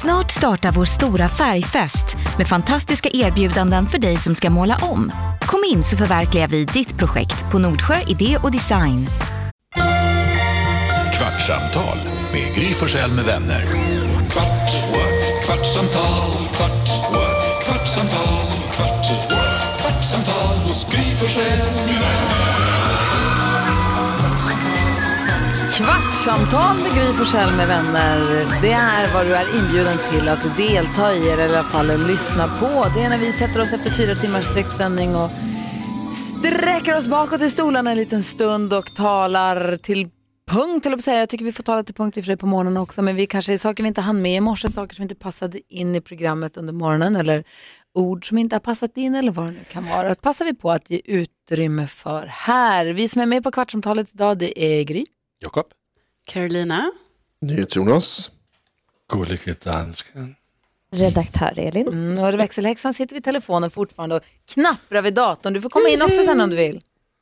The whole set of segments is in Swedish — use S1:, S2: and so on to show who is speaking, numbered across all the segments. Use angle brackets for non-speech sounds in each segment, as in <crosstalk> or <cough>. S1: Snart startar vår stora färgfest med fantastiska erbjudanden för dig som ska måla om. Kom in så förverkligar vi ditt projekt på Nordsjö Idé och Design.
S2: Kvartsamtal med Gry Forssell med vänner. Kvart, what? kvartsamtal, kvart, what? kvartsamtal, kvart, what? kvartsamtal hos Gry Forssell med vänner.
S3: Kvartssamtal med Gry Forssell med vänner. Det är vad du är inbjuden till att delta i eller i alla fall lyssna på. Det är när vi sätter oss efter fyra timmars direktsändning och sträcker oss bakåt i stolarna en liten stund och talar till punkt, eller säga. Jag tycker vi får tala till punkt i och för sig på morgonen också, men vi kanske saker vi inte hann med i morse, saker som inte passade in i programmet under morgonen eller ord som inte har passat in eller vad det nu kan vara. Det passar vi på att ge utrymme för här. Vi som är med på Kvartsamtalet idag, det är Gry.
S4: Jakob.
S5: Carolina.
S6: NyhetsJonas.
S7: Gullige dansken.
S8: Redaktör Elin.
S3: Mm, och växelhäxan sitter vid telefonen fortfarande och knapprar vid datorn. Du får komma in också sen om du vill.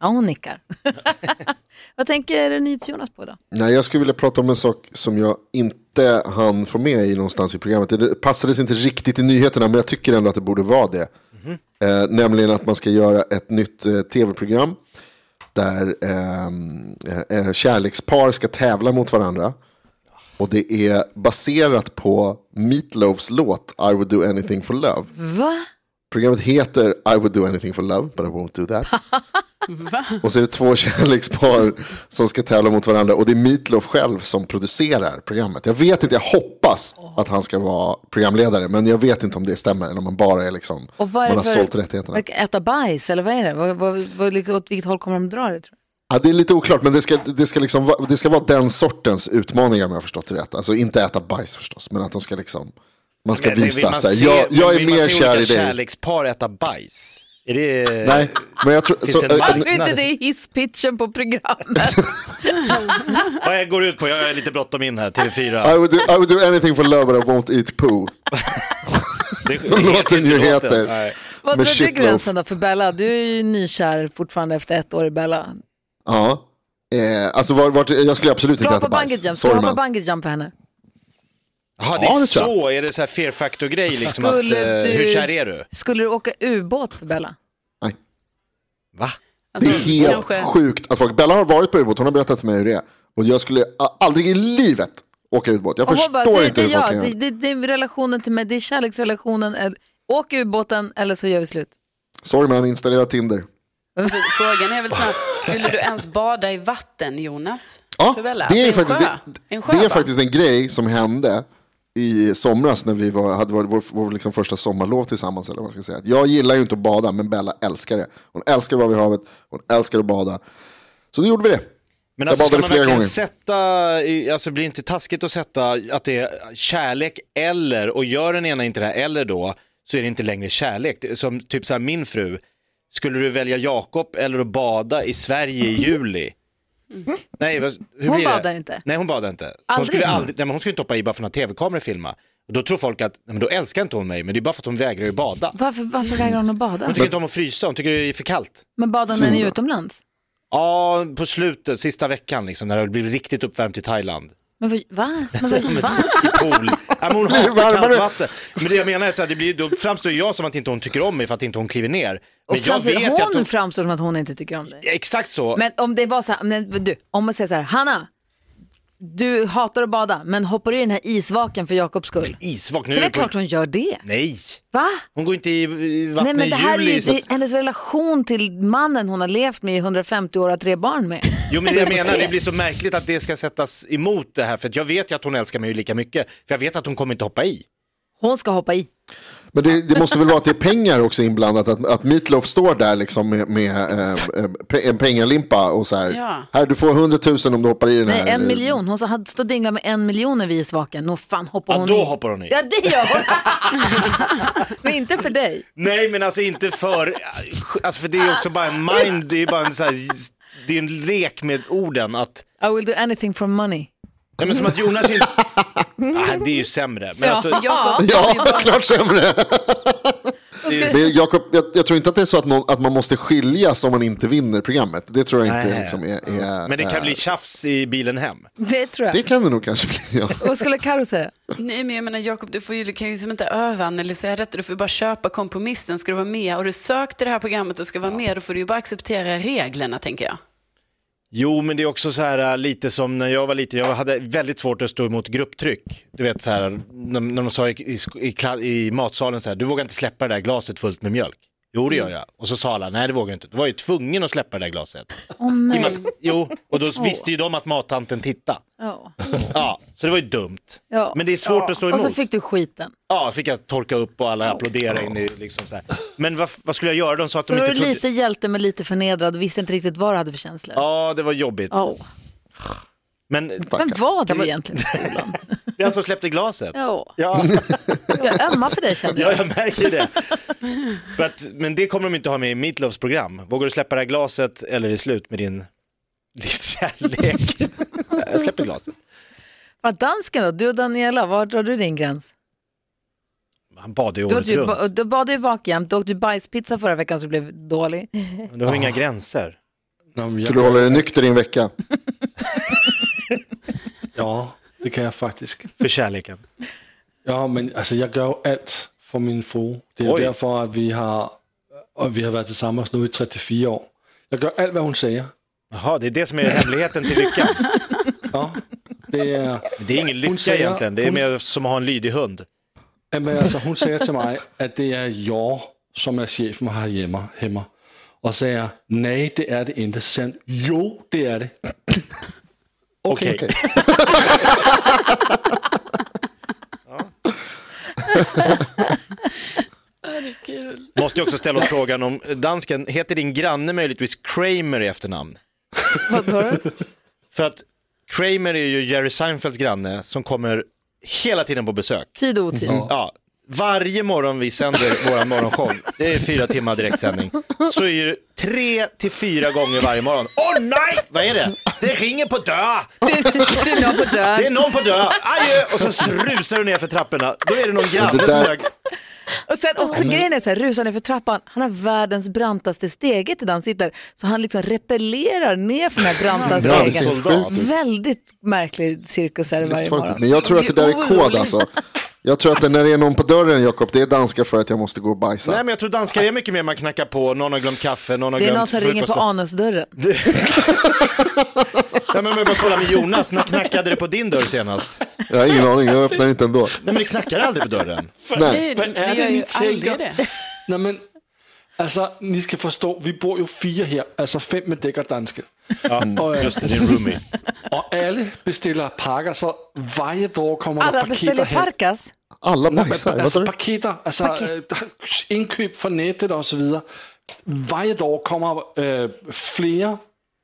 S3: Ja, hon nickar. <laughs> Vad tänker NyhetsJonas på då?
S6: Nej, jag skulle vilja prata om en sak som jag inte hann få med i någonstans i programmet. Det passades inte riktigt i nyheterna, men jag tycker ändå att det borde vara det. Eh, nämligen att man ska göra ett nytt eh, tv-program där eh, eh, kärlekspar ska tävla mot varandra. Och det är baserat på Meatloafs låt I would do anything for love.
S3: Va?
S6: Programmet heter I would do anything for love, but I won't
S3: <laughs>
S6: do that. och så är det två <laughs> kärlekspar som ska tävla mot varandra och det är Meatloaf själv som producerar programmet. Jag vet inte, jag hoppas att han ska vara programledare, men jag vet inte om det stämmer eller om man bara är liksom,
S3: Och vad är
S6: man
S3: det
S6: har
S3: för-
S6: sålt rättigheterna.
S3: Verkar Äta bajs eller vad är det? Vad, vad, vad, liksom, åt vilket håll kommer de dra det tror du?
S6: Ja, det är lite oklart, men det ska, det, ska liksom, va- det ska vara den sortens utmaningar om jag har förstått det rätt. Alltså inte äta bajs förstås, men att de ska liksom, man ska
S4: Men vill
S6: visa
S4: man
S6: att så här,
S4: se-
S6: jag, jag
S4: men
S6: är
S4: vill man
S6: mer
S4: se
S6: kär i
S4: olika
S6: dig.
S4: kärlekspar äta bajs? Är det...
S6: Nej, men jag tror,
S4: Finns
S6: så,
S4: det en
S6: äh,
S4: marknad?
S3: Tror inte det är hisspitchen på
S6: <laughs>
S3: programmet?
S4: Vad jag går ut på? Jag är lite bråttom in här, TV4.
S6: I, would do, I would do anything for love but I won't eat poo.
S4: Det
S6: Så
S4: det
S6: låten
S4: inte
S6: ju
S4: låten.
S6: heter.
S4: Nej.
S3: Vad
S6: Med
S3: drar du
S6: shitloaf.
S3: gränsen då för Bella? Du är ju nykär fortfarande efter ett år i Bella.
S6: Ja. Eh, alltså var, vart, jag skulle absolut inte
S3: Ska
S6: äta
S3: på bungee jump?
S6: bajs.
S3: Ska du
S6: Sorry
S3: hoppa
S6: man.
S3: bungee jump för henne?
S4: Jaha, det
S6: Ja,
S4: är
S6: det tror jag.
S4: så. Är det så här fear factor-grej? Liksom att,
S3: Skulle
S4: eh,
S3: du-
S4: Hur kär är du?
S3: Skulle du åka ubåt för Bella?
S6: Nej.
S4: Va?
S6: Det
S5: Alltså,
S6: är helt
S5: kanske-
S6: sjukt att folk, Bella har varit på ubåt, hon har berättat för mig hur det är. Och jag skulle a- aldrig i livet åka ubåt. Jag
S3: Och hon
S6: förstår
S3: bara, det, det,
S6: inte hur folk
S3: jag,
S6: kan göra.
S3: det, det, det är relationen till mig, det är kärleksrelationen. Eller- Åk ubåten eller så gör vi slut.
S6: Sorry man, installera Tinder.
S5: Alltså, frågan är väl snarare, skulle du ens bada i vatten Jonas?
S6: Ja,
S5: För Bella?
S6: det är,
S5: Alltså, en
S6: faktiskt,
S5: sjö.
S6: det,
S5: en sjö,
S6: det är
S5: va?
S6: faktiskt en grej som hände i somras när vi var, hade varit vår, vår liksom första sommarlov tillsammans. Eller vad man ska säga. Jag gillar ju inte att bada, men Bella älskar det. Hon älskar att vara vid havet, hon älskar att bada. Så då gjorde vi det.
S4: Men
S6: Jag
S4: alltså, ska
S6: badade
S4: man
S6: flera
S4: verkligen
S6: gånger.
S4: sätta, i- alltså blir det inte taskigt att sätta att det är kärlek eller, och gör den ena inte det här eller då, så är det inte längre kärlek. Det- Som typ så här min fru, skulle du välja Jakob eller att bada i Sverige i juli? Nej, vad- hur
S3: Mm. Hon
S4: blir det?
S3: badar inte.
S4: Nej, hon badar inte. Så Hon
S3: Aldrig?
S4: skulle, aldrig, nej, men hon skulle inte hoppa i bara för att tv-kameror filma. Och då tror folk att, nej, men då älskar inte hon mig, men det är bara för att hon vägrar ju bada.
S3: Varför, varför vägrar hon att
S4: Hon
S3: bada?
S4: tycker inte om att frysa, hon tycker det är för kallt.
S3: Men badar hon när ni är utomlands?
S4: Ja, på slutet, sista veckan liksom, när det blir riktigt uppvärmt i Thailand.
S3: Men vad, va? Men
S4: <laughs>
S3: vad, va?
S4: i pool. Ja, men hon
S6: Blir det
S4: hatar
S6: varmare?
S4: kallt vatten. Men det jag menar är att så här, det blir, då framstår jag som att inte hon tycker om mig för att inte hon kliver ner.
S3: Och
S4: Men jag
S3: framför-
S4: vet ju
S3: hon
S4: att hon...
S3: framstår som att hon inte tycker om dig.
S4: Exakt så.
S3: Men om det var så här, men du, om man säger så här, Hanna, du hatar att bada, men hoppar du i den här isvaken för Jakobs skull?
S4: Isvak nu.
S3: Det är väl
S4: på-
S3: klart hon gör det.
S4: Nej,
S3: Va?
S4: hon går inte i i
S3: Nej
S4: vattnet
S3: men det här
S4: i
S3: är ju
S4: juli. så-
S3: det, hennes relation till mannen hon har levt med i 150 år och har tre barn med.
S4: Jo
S3: <laughs>
S4: men det jag menar, det blir så märkligt att det ska sättas emot det här för att jag vet ju att hon älskar mig lika mycket. För jag vet att hon kommer inte hoppa i.
S3: Hon ska hoppa i.
S6: Men det, det måste väl vara att det är pengar också inblandat. Att, att Meatloaf står där liksom med, med eh, pe- en pengalimpa och så här.
S5: Ja.
S6: Här, du får 100 000 om du hoppar i den här.
S3: Nej, en
S6: Eller-
S3: miljon. Hon sa- hade stått och dinglade med en miljon när vi är svaken. Nå fan hoppar
S4: Ja,
S3: hon
S4: då
S3: i.
S4: hoppar hon i.
S3: Ja, det gör hon. <laughs> men inte för dig.
S4: Nej men alltså inte för, <laughs> alltså för det är ju också bara en mind, det är ju bara en så här, det är en lek med orden att
S3: I will do anything for money.
S4: Nej men som att Jonas
S3: <laughs>
S4: inte... Ah, det är ju sämre. Men alltså,
S5: Jakob,
S6: Ja, klart sämre.
S3: Vad ska
S6: Men
S3: du...
S6: Jakob, jag, jag tror inte att det är så att, någon, att man måste skiljas om man inte vinner programmet. Det tror jag inte
S4: Nej. Mm.
S6: liksom, är, är...
S4: Men det kan
S6: är-
S4: bli tjafs i bilen hem.
S3: <laughs> Det tror jag.
S6: Det kan det nog kanske bli. Ja.
S3: Vad skulle Karo säga?
S5: Nej, men jag menar Jakob, du får ju du kan ju liksom inte överanalysera detta. Du får ju bara köpa kompromissen. Ska du vara med? Har du sökt till det här programmet och ska vara med, då får du ju bara acceptera reglerna, tänker jag.
S4: Jo, men det är också så här äh, lite som när jag var liten, jag hade väldigt svårt att stå emot grupptryck. Du vet så här, när, när de sa i, i, sk- i, kla- i matsalen så här, du vågar inte släppa det där glaset fullt med mjölk. Jo, det gör jag. Och så sa alla, nej det vågar du inte. Du var ju tvungen att släppa det där glaset.
S8: Åh nej.
S4: Jo, och då visste ju de att mattanten tittade.
S8: Ja.
S4: Ja, så det var ju dumt.
S8: Ja.
S4: Men det är svårt att stå
S3: Och
S4: emot.
S3: så fick du skiten.
S4: Ja, fick jag torka upp och alla applåderade in i liksom så här. Men vad, vad skulle jag göra? De sa att
S3: Så
S4: de
S3: var
S4: inte
S3: du
S4: trodde...
S3: lite hjälte men lite förnedrad och visste inte riktigt vad du hade för känslor.
S4: Ja, det var jobbigt.
S3: Åh.
S4: Men
S3: Men var du
S4: <laughs>
S3: egentligen i skolan?
S4: den som släppte glaset.
S3: Ja.
S7: <laughs>
S4: Ja,
S3: Jag ömmar för dig kände
S4: ja
S3: jag.
S4: jag märker det. För att- men det kommer de inte ha med i Meatloafs program. Vågar du släppa det här glaset eller är det slut med din livskärlek?
S7: <laughs>
S4: jag släpper glaset.
S3: Vad dansken då? Du och Daniela, var drar du din gräns?
S4: Han bad ju
S3: Du,
S4: året
S3: åt ju,
S4: runt.
S3: ba- du badade ju vak jämt, du åkte ju bajspizza förra veckan som blev dålig.
S4: Men Du har
S7: Ah.
S4: inga gränser.
S7: Nå, men
S6: Skulle du
S7: jag,
S6: hålla dig nykter i en vecka?
S7: ja, det kan jag faktisk.
S4: För kärleken.
S7: Ja, men altså, jeg gør jo alt for min frue. Det er jo
S4: Oj.
S7: derfor, at vi har, og vi har været til sammen nu i 3-4 år. Jeg gør alt, hvad hun siger.
S4: Jaha, det är det som är hemligheten till lyckan.
S7: Ja, det er,
S4: Det är ingen
S7: Hon
S4: lycka
S7: säger-
S4: egentligen, det är
S7: hon-
S4: mer som att ha en lydig hund.
S7: Jamen, altså, hun sagde til mig, at det er Jor, som er chefen herhjemme. Hemmer. Og sagde jeg, nej, det er det ikke. Så sagde hun, jo, det er det.
S4: Okej. Måste ju också ställa oss frågan om dansken, heter din granne möjligtvis Kramer i efternamn? För att Kramer är ju Jerry Seinfelds granne som kommer hela tiden på besök.
S3: Tid och otid.
S4: Ja, varje morgon vi sänder vår morgonshow, det är fyra timmar direktsändning, så är det tre till fyra gånger varje morgon. Åh nej! Vad är det? Det ringer på dörr!
S3: Du, du är nog på
S4: <laughs> Det är
S3: dörren.
S4: någon på dörr! Adjö! Och så rusar du ner för trapporna. Då är det någon
S6: Det
S4: granne
S6: där-
S4: som gör...
S3: Och sen också grejen är så här, rusar ner för trappan, han har världens brantaste stege till där han sitter. Så han liksom repellerar ner för den här branta
S4: Alltså, Mm.
S6: Ja, det
S3: stegen.
S6: ser sjukt ut.
S3: Väldigt märklig cirkus är det varje
S6: Livsfarligt.
S3: morgon.
S6: Men jag tror att det där är kod
S5: Orolig.
S6: alltså. Jag tror att det, när det är någon på dörren, Jakob, det är danska för att jag måste gå och bajsa.
S4: Nej men jag tror danskar är mycket mer man knackar på, någon har glömt kaffe, någon har
S3: Det är
S4: glömt
S3: någon som ringer på
S4: frukost.
S3: anusdörren.
S4: Nej men om jag bara kollar med Jonas, när knackade det på din dörr senast?
S6: Jag har ingen aning, jag öppnar inte ändå.
S4: Nej men det knackar aldrig på dörren.
S5: det,
S6: Nej.
S7: Hvad er det, ni
S5: aldrig
S7: tænker? Nå, men, altså, ni skal forstå, vi bor jo fire her, altså fem med dækker danske. og, øh,
S4: Just det, din roomie.
S7: og alle bestiller pakker, så varje år kommer Ah, der
S3: Alla
S7: paketter
S3: beställer
S7: hen.
S3: parkas.
S6: Alla
S7: Nå, men,
S6: bajsar,
S4: alltså-
S6: vad
S7: altså
S6: sa du?
S7: paketter, altså øh, der er indkøb fra nettet og så videre. Varje år kommer øh, flere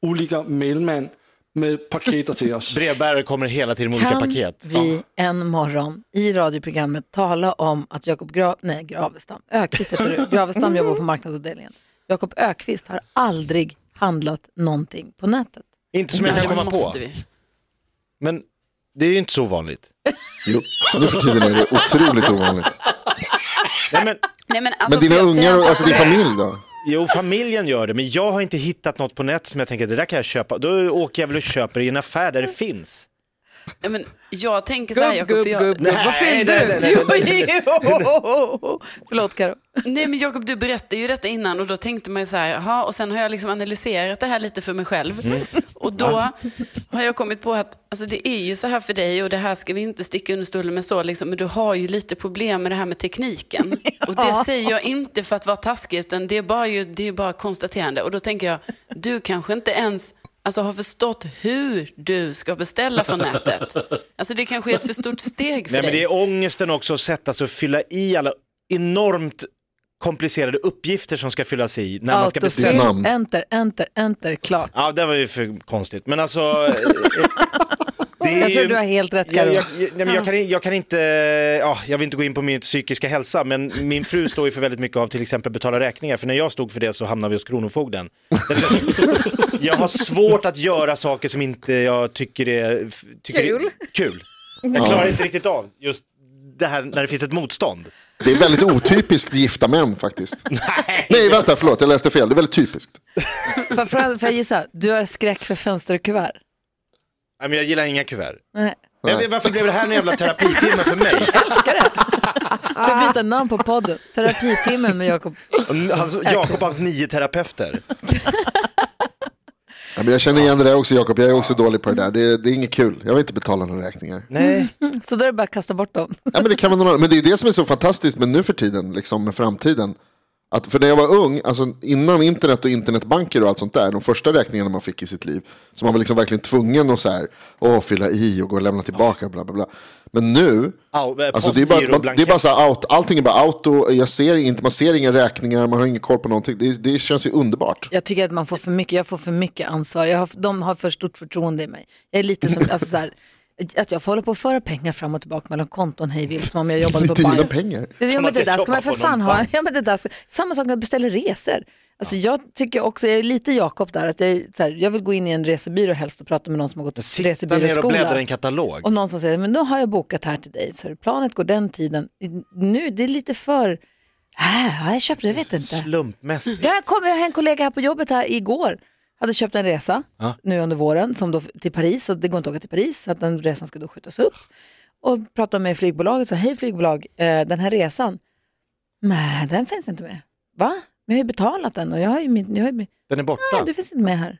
S7: ulike mellemmænd med paketter til os.
S4: Brevbärare kommer hela tiden med olika
S3: Kan
S4: paket.
S3: vi en morgon i radioprogrammet tala om att Jakob Gra- nej, Gravestam, Ökvist heter du,
S4: <laughs>
S3: Gravestam jobbar på marknadsavdelningen. Jakob Ökvist har aldrig handlat någonting på nätet.
S4: Inte som jag kan
S5: det
S4: komma på.
S5: måste vi.
S4: Men det är ju inte så vanligt.
S6: Jo, nu för tiden är det otroligt ovanligt.
S4: Nej, men,
S5: Nej, men alltså,
S6: Men dina
S5: får jag säga
S6: ungar,
S5: en
S6: och-
S5: sak
S6: alltså
S5: om
S6: din
S5: det?
S6: familj då?
S4: jo, familjen gör det, men jag har inte hittat något på nätet som jag tänker det där kan jag köpa. Då åker jag väl och köper i en affär där det
S3: Mm.
S4: finns.
S5: Nej, men jag tänker så här, Jakob, för jag...
S4: Nej, nej, nej, nej,
S3: <laughs> Jo, jo. Förlåt Karo.
S5: Nej men Jakob, du berättade ju detta innan och då tänkte man ju så här, jaha, och sen har jag liksom analyserat det här lite för mig själv.
S4: Mm.
S5: Och då har jag kommit på att alltså, det är ju så här för dig och det här ska vi inte sticka under stolen med så, liksom, men du har ju lite problem med det här med
S4: <laughs>
S5: tekniken. Och det säger jag inte för att vara taskig, utan det är bara, ju, det är bara konstaterande. Och då tänker jag, du kanske inte ens Alltså har förstått hur du ska beställa från nätet. Alltså det kanske är ett för stort steg för
S4: Nej, men
S5: dig.
S4: det är ångesten också att sätta sig och fylla i alla enormt komplicerade uppgifter som ska fyllas i när man ska beställa.
S3: Autofill,
S6: namn.
S3: enter, enter, enter, klart.
S4: Ja, det var ju för konstigt.
S3: <laughs>
S4: Men alltså... eh, det är
S3: Jag tror
S4: ju-
S3: du har helt rätt
S4: Jag,
S3: Karo.
S4: jag, jag, nej, men jag, kan, jag kan inte, ja, jag vill inte gå in på min psykiska hälsa, men min fru står ju för väldigt mycket av till exempel betala räkningar, för när jag stod för det så hamnade vi hos Kronofogden. <laughs> jag har svårt att göra saker som inte jag tycker är tycker Är kul. Jag klarar inte riktigt av just det här när det finns ett motstånd. <laughs>
S6: Det är väldigt otypiskt gifta män faktiskt. Nej, vänta, förlåt, jag läste fel. Det är väldigt typiskt.
S3: Får- Får får jag gissa? Du har skräck för fönsterkuvert?
S4: Nej, men jag gillar inga kuvert.
S3: Nej.
S4: Jag vet, varför blev det här en jävla terapitimme för mig?
S3: Älskar det. Får jag byta namn på podden? Terapitimmen med Jakob.
S4: Och Hans, Jakob och hans nio terapeuter.
S6: Ja, men jag känner igen det där också Jakob, jag är också dålig på det där. Det, det är inget kul, jag vill inte betala några räkningar.
S4: Nej.
S3: Så då är det bara att kasta bort dem.
S6: Ja, men, det kan vara någon annan. men det är ju det som är så fantastiskt med nu för tiden, liksom, med framtiden. Att för när jag var ung, alltså innan internet och internetbanker och allt sånt där, de första räkningarna man fick i sitt liv, så man var liksom verkligen tvungen att så här, åh, fylla i och gå och lämna tillbaka, bla bla bla. Men nu,
S4: Au- eh,
S6: alltså, det, är bara, man,
S4: postgiroblankett.
S6: det är bara så här, out, allting är bara auto, jag ser inte, man ser inga räkningar, man har ingen koll på någonting. Det, det känns ju underbart.
S3: Jag tycker att man får för mycket, jag får för mycket ansvar. Jag har, de har för stort förtroende i mig. Jag är lite som, alltså så här, att jag får hålla på att föra pengar fram och tillbaka mellan konton hej vilt som om jag jobbade på
S6: Dina
S3: bank.
S6: pengar.
S3: Det, ja,
S4: Som
S3: men
S4: att
S3: det
S4: jag
S3: där ska man
S4: jobbar
S3: för
S4: på någon
S3: fan ha.
S4: bank.
S3: Ja, men det där ska, samma sak när jag beställer resor. Alltså jag tycker också, jag är lite Jakob där, att jag, är så här, jag vill gå in i en resebyrå helst och prata med någon som har gått
S4: Sitta ner och bläddra i
S3: resebyråskola.
S4: en katalog.
S3: Och någon som säger, men då har jag bokat här till dig, så planet går den tiden. Nu, det är lite för, äh, jag köpte, jag vet inte.
S4: Slumpmässigt.
S3: Jag kom, jag har en kollega här på jobbet här igår. Hade köpt en resa nu under våren som då, till Paris och det går inte att åka till Paris så att den resan ska då skjutas upp. Och pratade med flygbolaget så hej flygbolag, eh, den här resan, nej den finns inte med. Va? Men jag har ju betalat den och jag har ju min, jag har ju min
S4: Den är
S3: nej
S4: borta.
S3: du finns inte med här.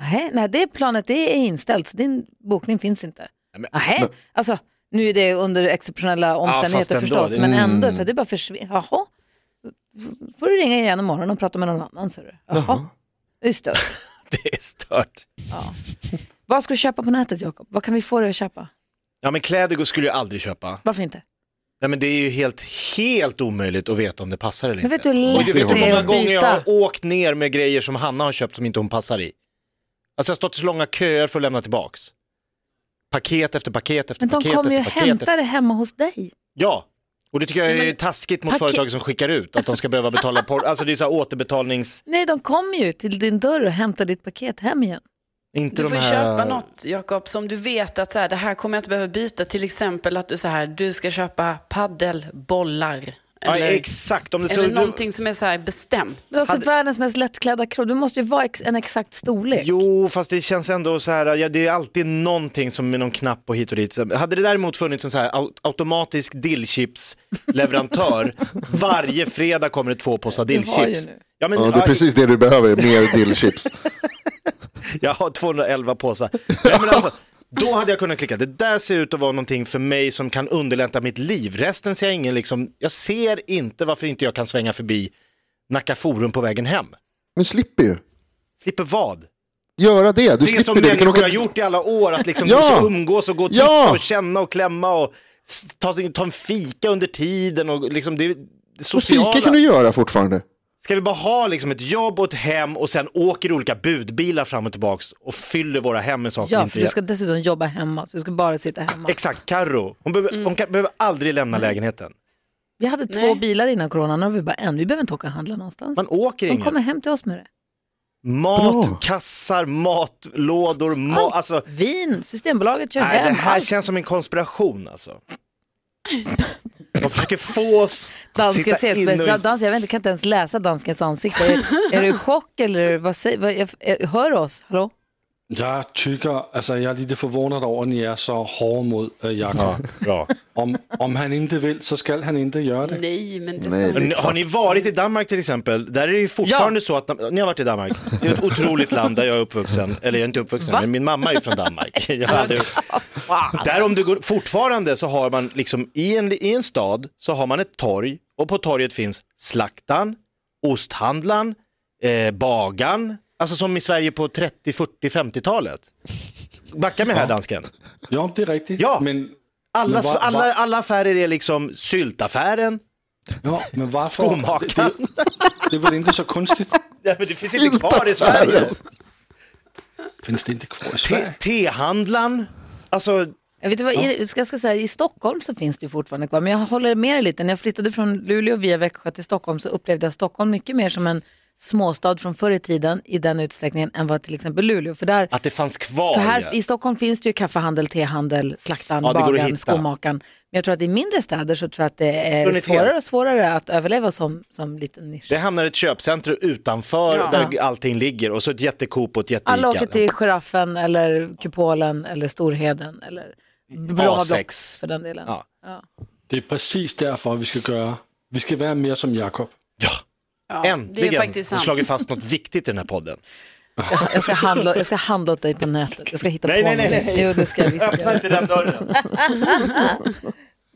S3: Nej, nej det planet det är inställt så din bokning finns inte. Nej, alltså nu är det under exceptionella
S4: fast
S3: omständigheter
S4: ändå,
S3: förstås
S4: det- mm.
S3: men ändå så det bara försvinner. Jaha, får du ringa igen imorgon och prata med någon annan ser du. Jaha, just det.
S4: <laughs> Det är stört.
S3: Vad ska du köpa på nätet Jakob? Vad kan vi få dig att köpa?
S4: Ja men kläder går- skulle jag aldrig köpa.
S3: Varför inte?
S4: Nej men det är ju helt, helt omöjligt att veta om det passar eller inte.
S3: Men vet du hur
S4: Och du
S3: lätt
S4: vet
S3: det
S4: hur
S3: är
S4: många
S3: att
S4: gånger jag
S3: byta?
S4: har åkt ner med grejer som Hanna har köpt som inte hon passar i. Alltså jag har stått i så långa köer för att lämna tillbaks. Paket efter paket efter
S3: Men de
S4: paket
S3: kommer ju
S4: efter paket. efter-
S3: hämta det hemma hos dig.
S4: Ja, och det tycker jag är taskigt mot
S3: paket-
S4: företag som skickar ut att de ska behöva betala på. Alltså det är så här återbetalnings...
S3: Nej, de kommer ju till din dörr och hämtar ditt paket hem igen.
S4: Inte
S5: Du
S4: de
S5: får ju
S4: här... eh,
S5: köpa något, Jakob, som du vet att så här, det här kommer jag inte behöva byta. Till exempel att du, så här, du ska köpa paddelbollar.
S4: Ja,
S5: Eller,
S4: exakt. Om det, så,
S5: eller
S4: du-
S5: någonting som är så här bestämt.
S3: Men också
S4: Hade-
S3: världens mest lättklädda kropp. Du måste ju vara ex- en exakt storlek.
S4: Jo, fast det känns ändå så här, ja, det är alltid någonting som med någon knapp och hit och dit. Så- Hade det däremot funnits en så här au- automatisk dillchipsleverantör,
S3: <laughs>
S4: varje fredag kommer det två påsar
S3: har ju
S4: dillchips.
S3: nu.
S4: Ja, men,
S6: Ja, det
S4: ja,
S6: är precis det du behöver, mer
S4: <laughs>
S6: dillchips.
S4: Jag har 211 påsar. Nej, men alltså, då hade jag kunnat klicka, det där ser ut att vara någonting för mig som kan underlätta mitt liv. Resten ser jag ingen, liksom, jag ser inte varför inte jag kan svänga förbi Nacka Forum på vägen hem.
S6: Men slipper ju.
S4: Slipper vad?
S6: Göra det, du
S4: Det
S6: slipper
S4: som
S6: det. Du kan
S4: människor har
S6: åka
S4: gjort i alla år, att
S6: <laughs>
S4: liksom
S6: Ja.
S4: du ska umgås och gå och titta
S6: Ja.
S4: och känna och klämma och s- ta, ta en fika under tiden och liksom det, det
S6: Och
S4: sociala.
S6: fika kan du göra fortfarande.
S4: Ska vi bara ha liksom ett jobb och ett hem och sen åker olika budbilar fram och tillbaks och fyller våra hem med saker vi
S3: Ja,
S4: inte
S3: för du
S4: gör.
S3: ska dessutom jobba hemma, så du ska bara sitta hemma.
S4: Exakt, Carro. Hon, behöver,
S3: Mm.
S4: hon kan, behöver aldrig lämna lägenheten.
S3: Vi hade två
S5: Nej.
S3: bilar innan corona, nu har vi bara en. Vi behöver inte åka och handla någonstans.
S4: Man åker
S3: De
S4: ingen.
S3: kommer hem till oss med det.
S4: Mat, kassar, matlådor, ma- alltså.
S3: Vin, Systembolaget kör
S4: Nej, det
S3: hem.
S4: här
S3: allt.
S4: känns som en konspiration alltså. De försöker få oss att sitta
S3: Danskens
S4: inne och
S3: helvete, dans, jag vet inte, kan inte ens läsa danskens ansikte. Är, är du i chock eller vad säger, vad, jag, jag, hör oss, hallå?
S7: <laughs> Jeg tykker, altså jeg er lidt forvånet over, at I er så hårde mod øh, Jakob.
S4: Bra.
S7: <laughs> Om, om han ikke vil, så skal han ikke gøre det.
S5: Nej, men det
S6: Nej,
S5: ska
S4: Men
S5: man...
S4: Har ni varit i Danmark till exempel? Där är det ju fortfarande så att, ni har varit i Danmark, det är ett otroligt land där jag är uppvuxen, eller jag är inte uppvuxen, men min mamma är ju från Danmark. Jag har aldrig... Där om du går, fortfarande så har man liksom i en, i en stad så har man ett torg och på torget finns slaktan, osthandlaren, eh, bagan, alltså som i Sverige på 30, 40, 50-talet. Backa med här dansken.
S7: Jo, det er rigtigt.
S4: Ja.
S7: Men,
S4: Alla,
S7: men, hvor-
S4: alla,
S7: hvor-
S4: alla affärer är liksom syltaffären,
S7: jo, men hvorfor-
S4: skomakaren.
S7: Det, det, det er vel ikke så kunstigt.
S4: Nej, men det finns inte kvar i Sverige.
S7: Findes det ikke kvar i
S4: Te-
S7: Sverige?
S4: Tehandlaren, alltså
S3: Jag vet inte vad, i, ska, ska säga, I Stockholm så finns det ju fortfarande kvar, men jag håller med dig lite. När jag flyttade från Luleå via Växjö till Stockholm så upplevde jag Stockholm mycket mer som en småstad från förr i tiden i den utsträckningen än vad till exempel Luleå. För, där,
S4: Att det fanns kvar.
S3: för
S4: ja.
S3: här i Stockholm finns det ju kaffehandel, tehandel, slaktaren,
S4: Ja, det går att
S3: bagaren,
S4: hitta.
S3: skomakaren. Men jag tror att i mindre städer så tror jag att det är
S4: Från ett
S3: svårare
S4: helt-
S3: och svårare att överleva som, som liten nisch.
S4: Det hamnar ett köpcentrum utanför
S5: Ja.
S4: där allting ligger och så ett jättekoop och ett jätte
S3: Alla åker
S4: Ica.
S3: till Giraffen eller Kupolen eller Storheden eller Bradox
S4: A6.
S3: för den delen.
S4: Ja.
S7: Det är precis därför vi ska göra. Vi ska vara mer som Jakob.
S4: Ja,
S5: Ja,
S4: äntligen!
S5: Det är
S4: Jag
S5: faktiskt
S4: har
S5: sant.
S4: slagit fast något viktigt i den här <laughs> podden.
S3: Jag, ska handla, jag ska handla åt dig på nätet. Jag ska hitta
S4: Nej,
S3: på
S4: nej, nej,
S3: mig.
S4: nej.
S3: Jo, det ska jag
S4: <laughs>
S3: visst göra.
S4: inte den dörren.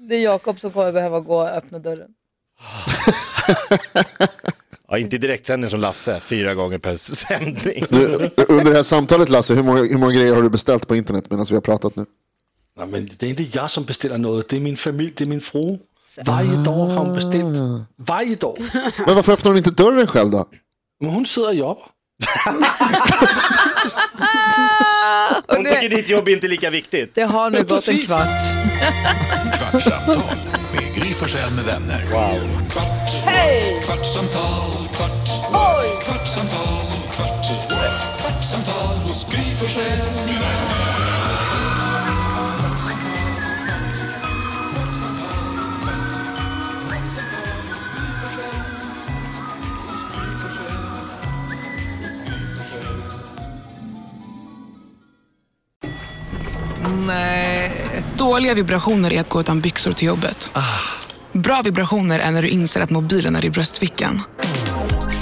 S3: Det är Jakob som kommer behöva gå och öppna dörren.
S4: Ja, inte i direktsändning som Lasse, fyra gånger per sändning.
S6: Du, <laughs> under det här samtalet Lasse, hur många, hur många grejer har du beställt på internet medan vi har pratat nu?
S7: Nej, men det är inte jag som beställer något, det är min familj, det är min fru. Varje dag har hon beställt. Varje dag.
S6: Men varför öppnar hon inte dörren själv då?
S7: Men hon sitter och jobbar.
S4: Hon tycker ditt jobb är inte lika viktigt.
S3: Det har nu gått en
S7: Precis.
S3: kvart.
S2: Kvartsamtal med Gry Forssell med vänner. Wow. Kvart, hey! kvartsamtal, kvart, what? kvartsamtal, kvart, what? kvartsamtal hos Gry Forssell med vänner.
S9: Dåliga vibrationer är att gå utan byxor till jobbet.
S4: Ah.
S9: Bra vibrationer är när du inser att mobilen är i bröstfickan.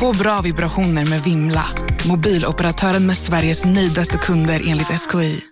S9: Få bra vibrationer med Vimla. Mobiloperatören med Sveriges nöjdaste kunder enligt SKI.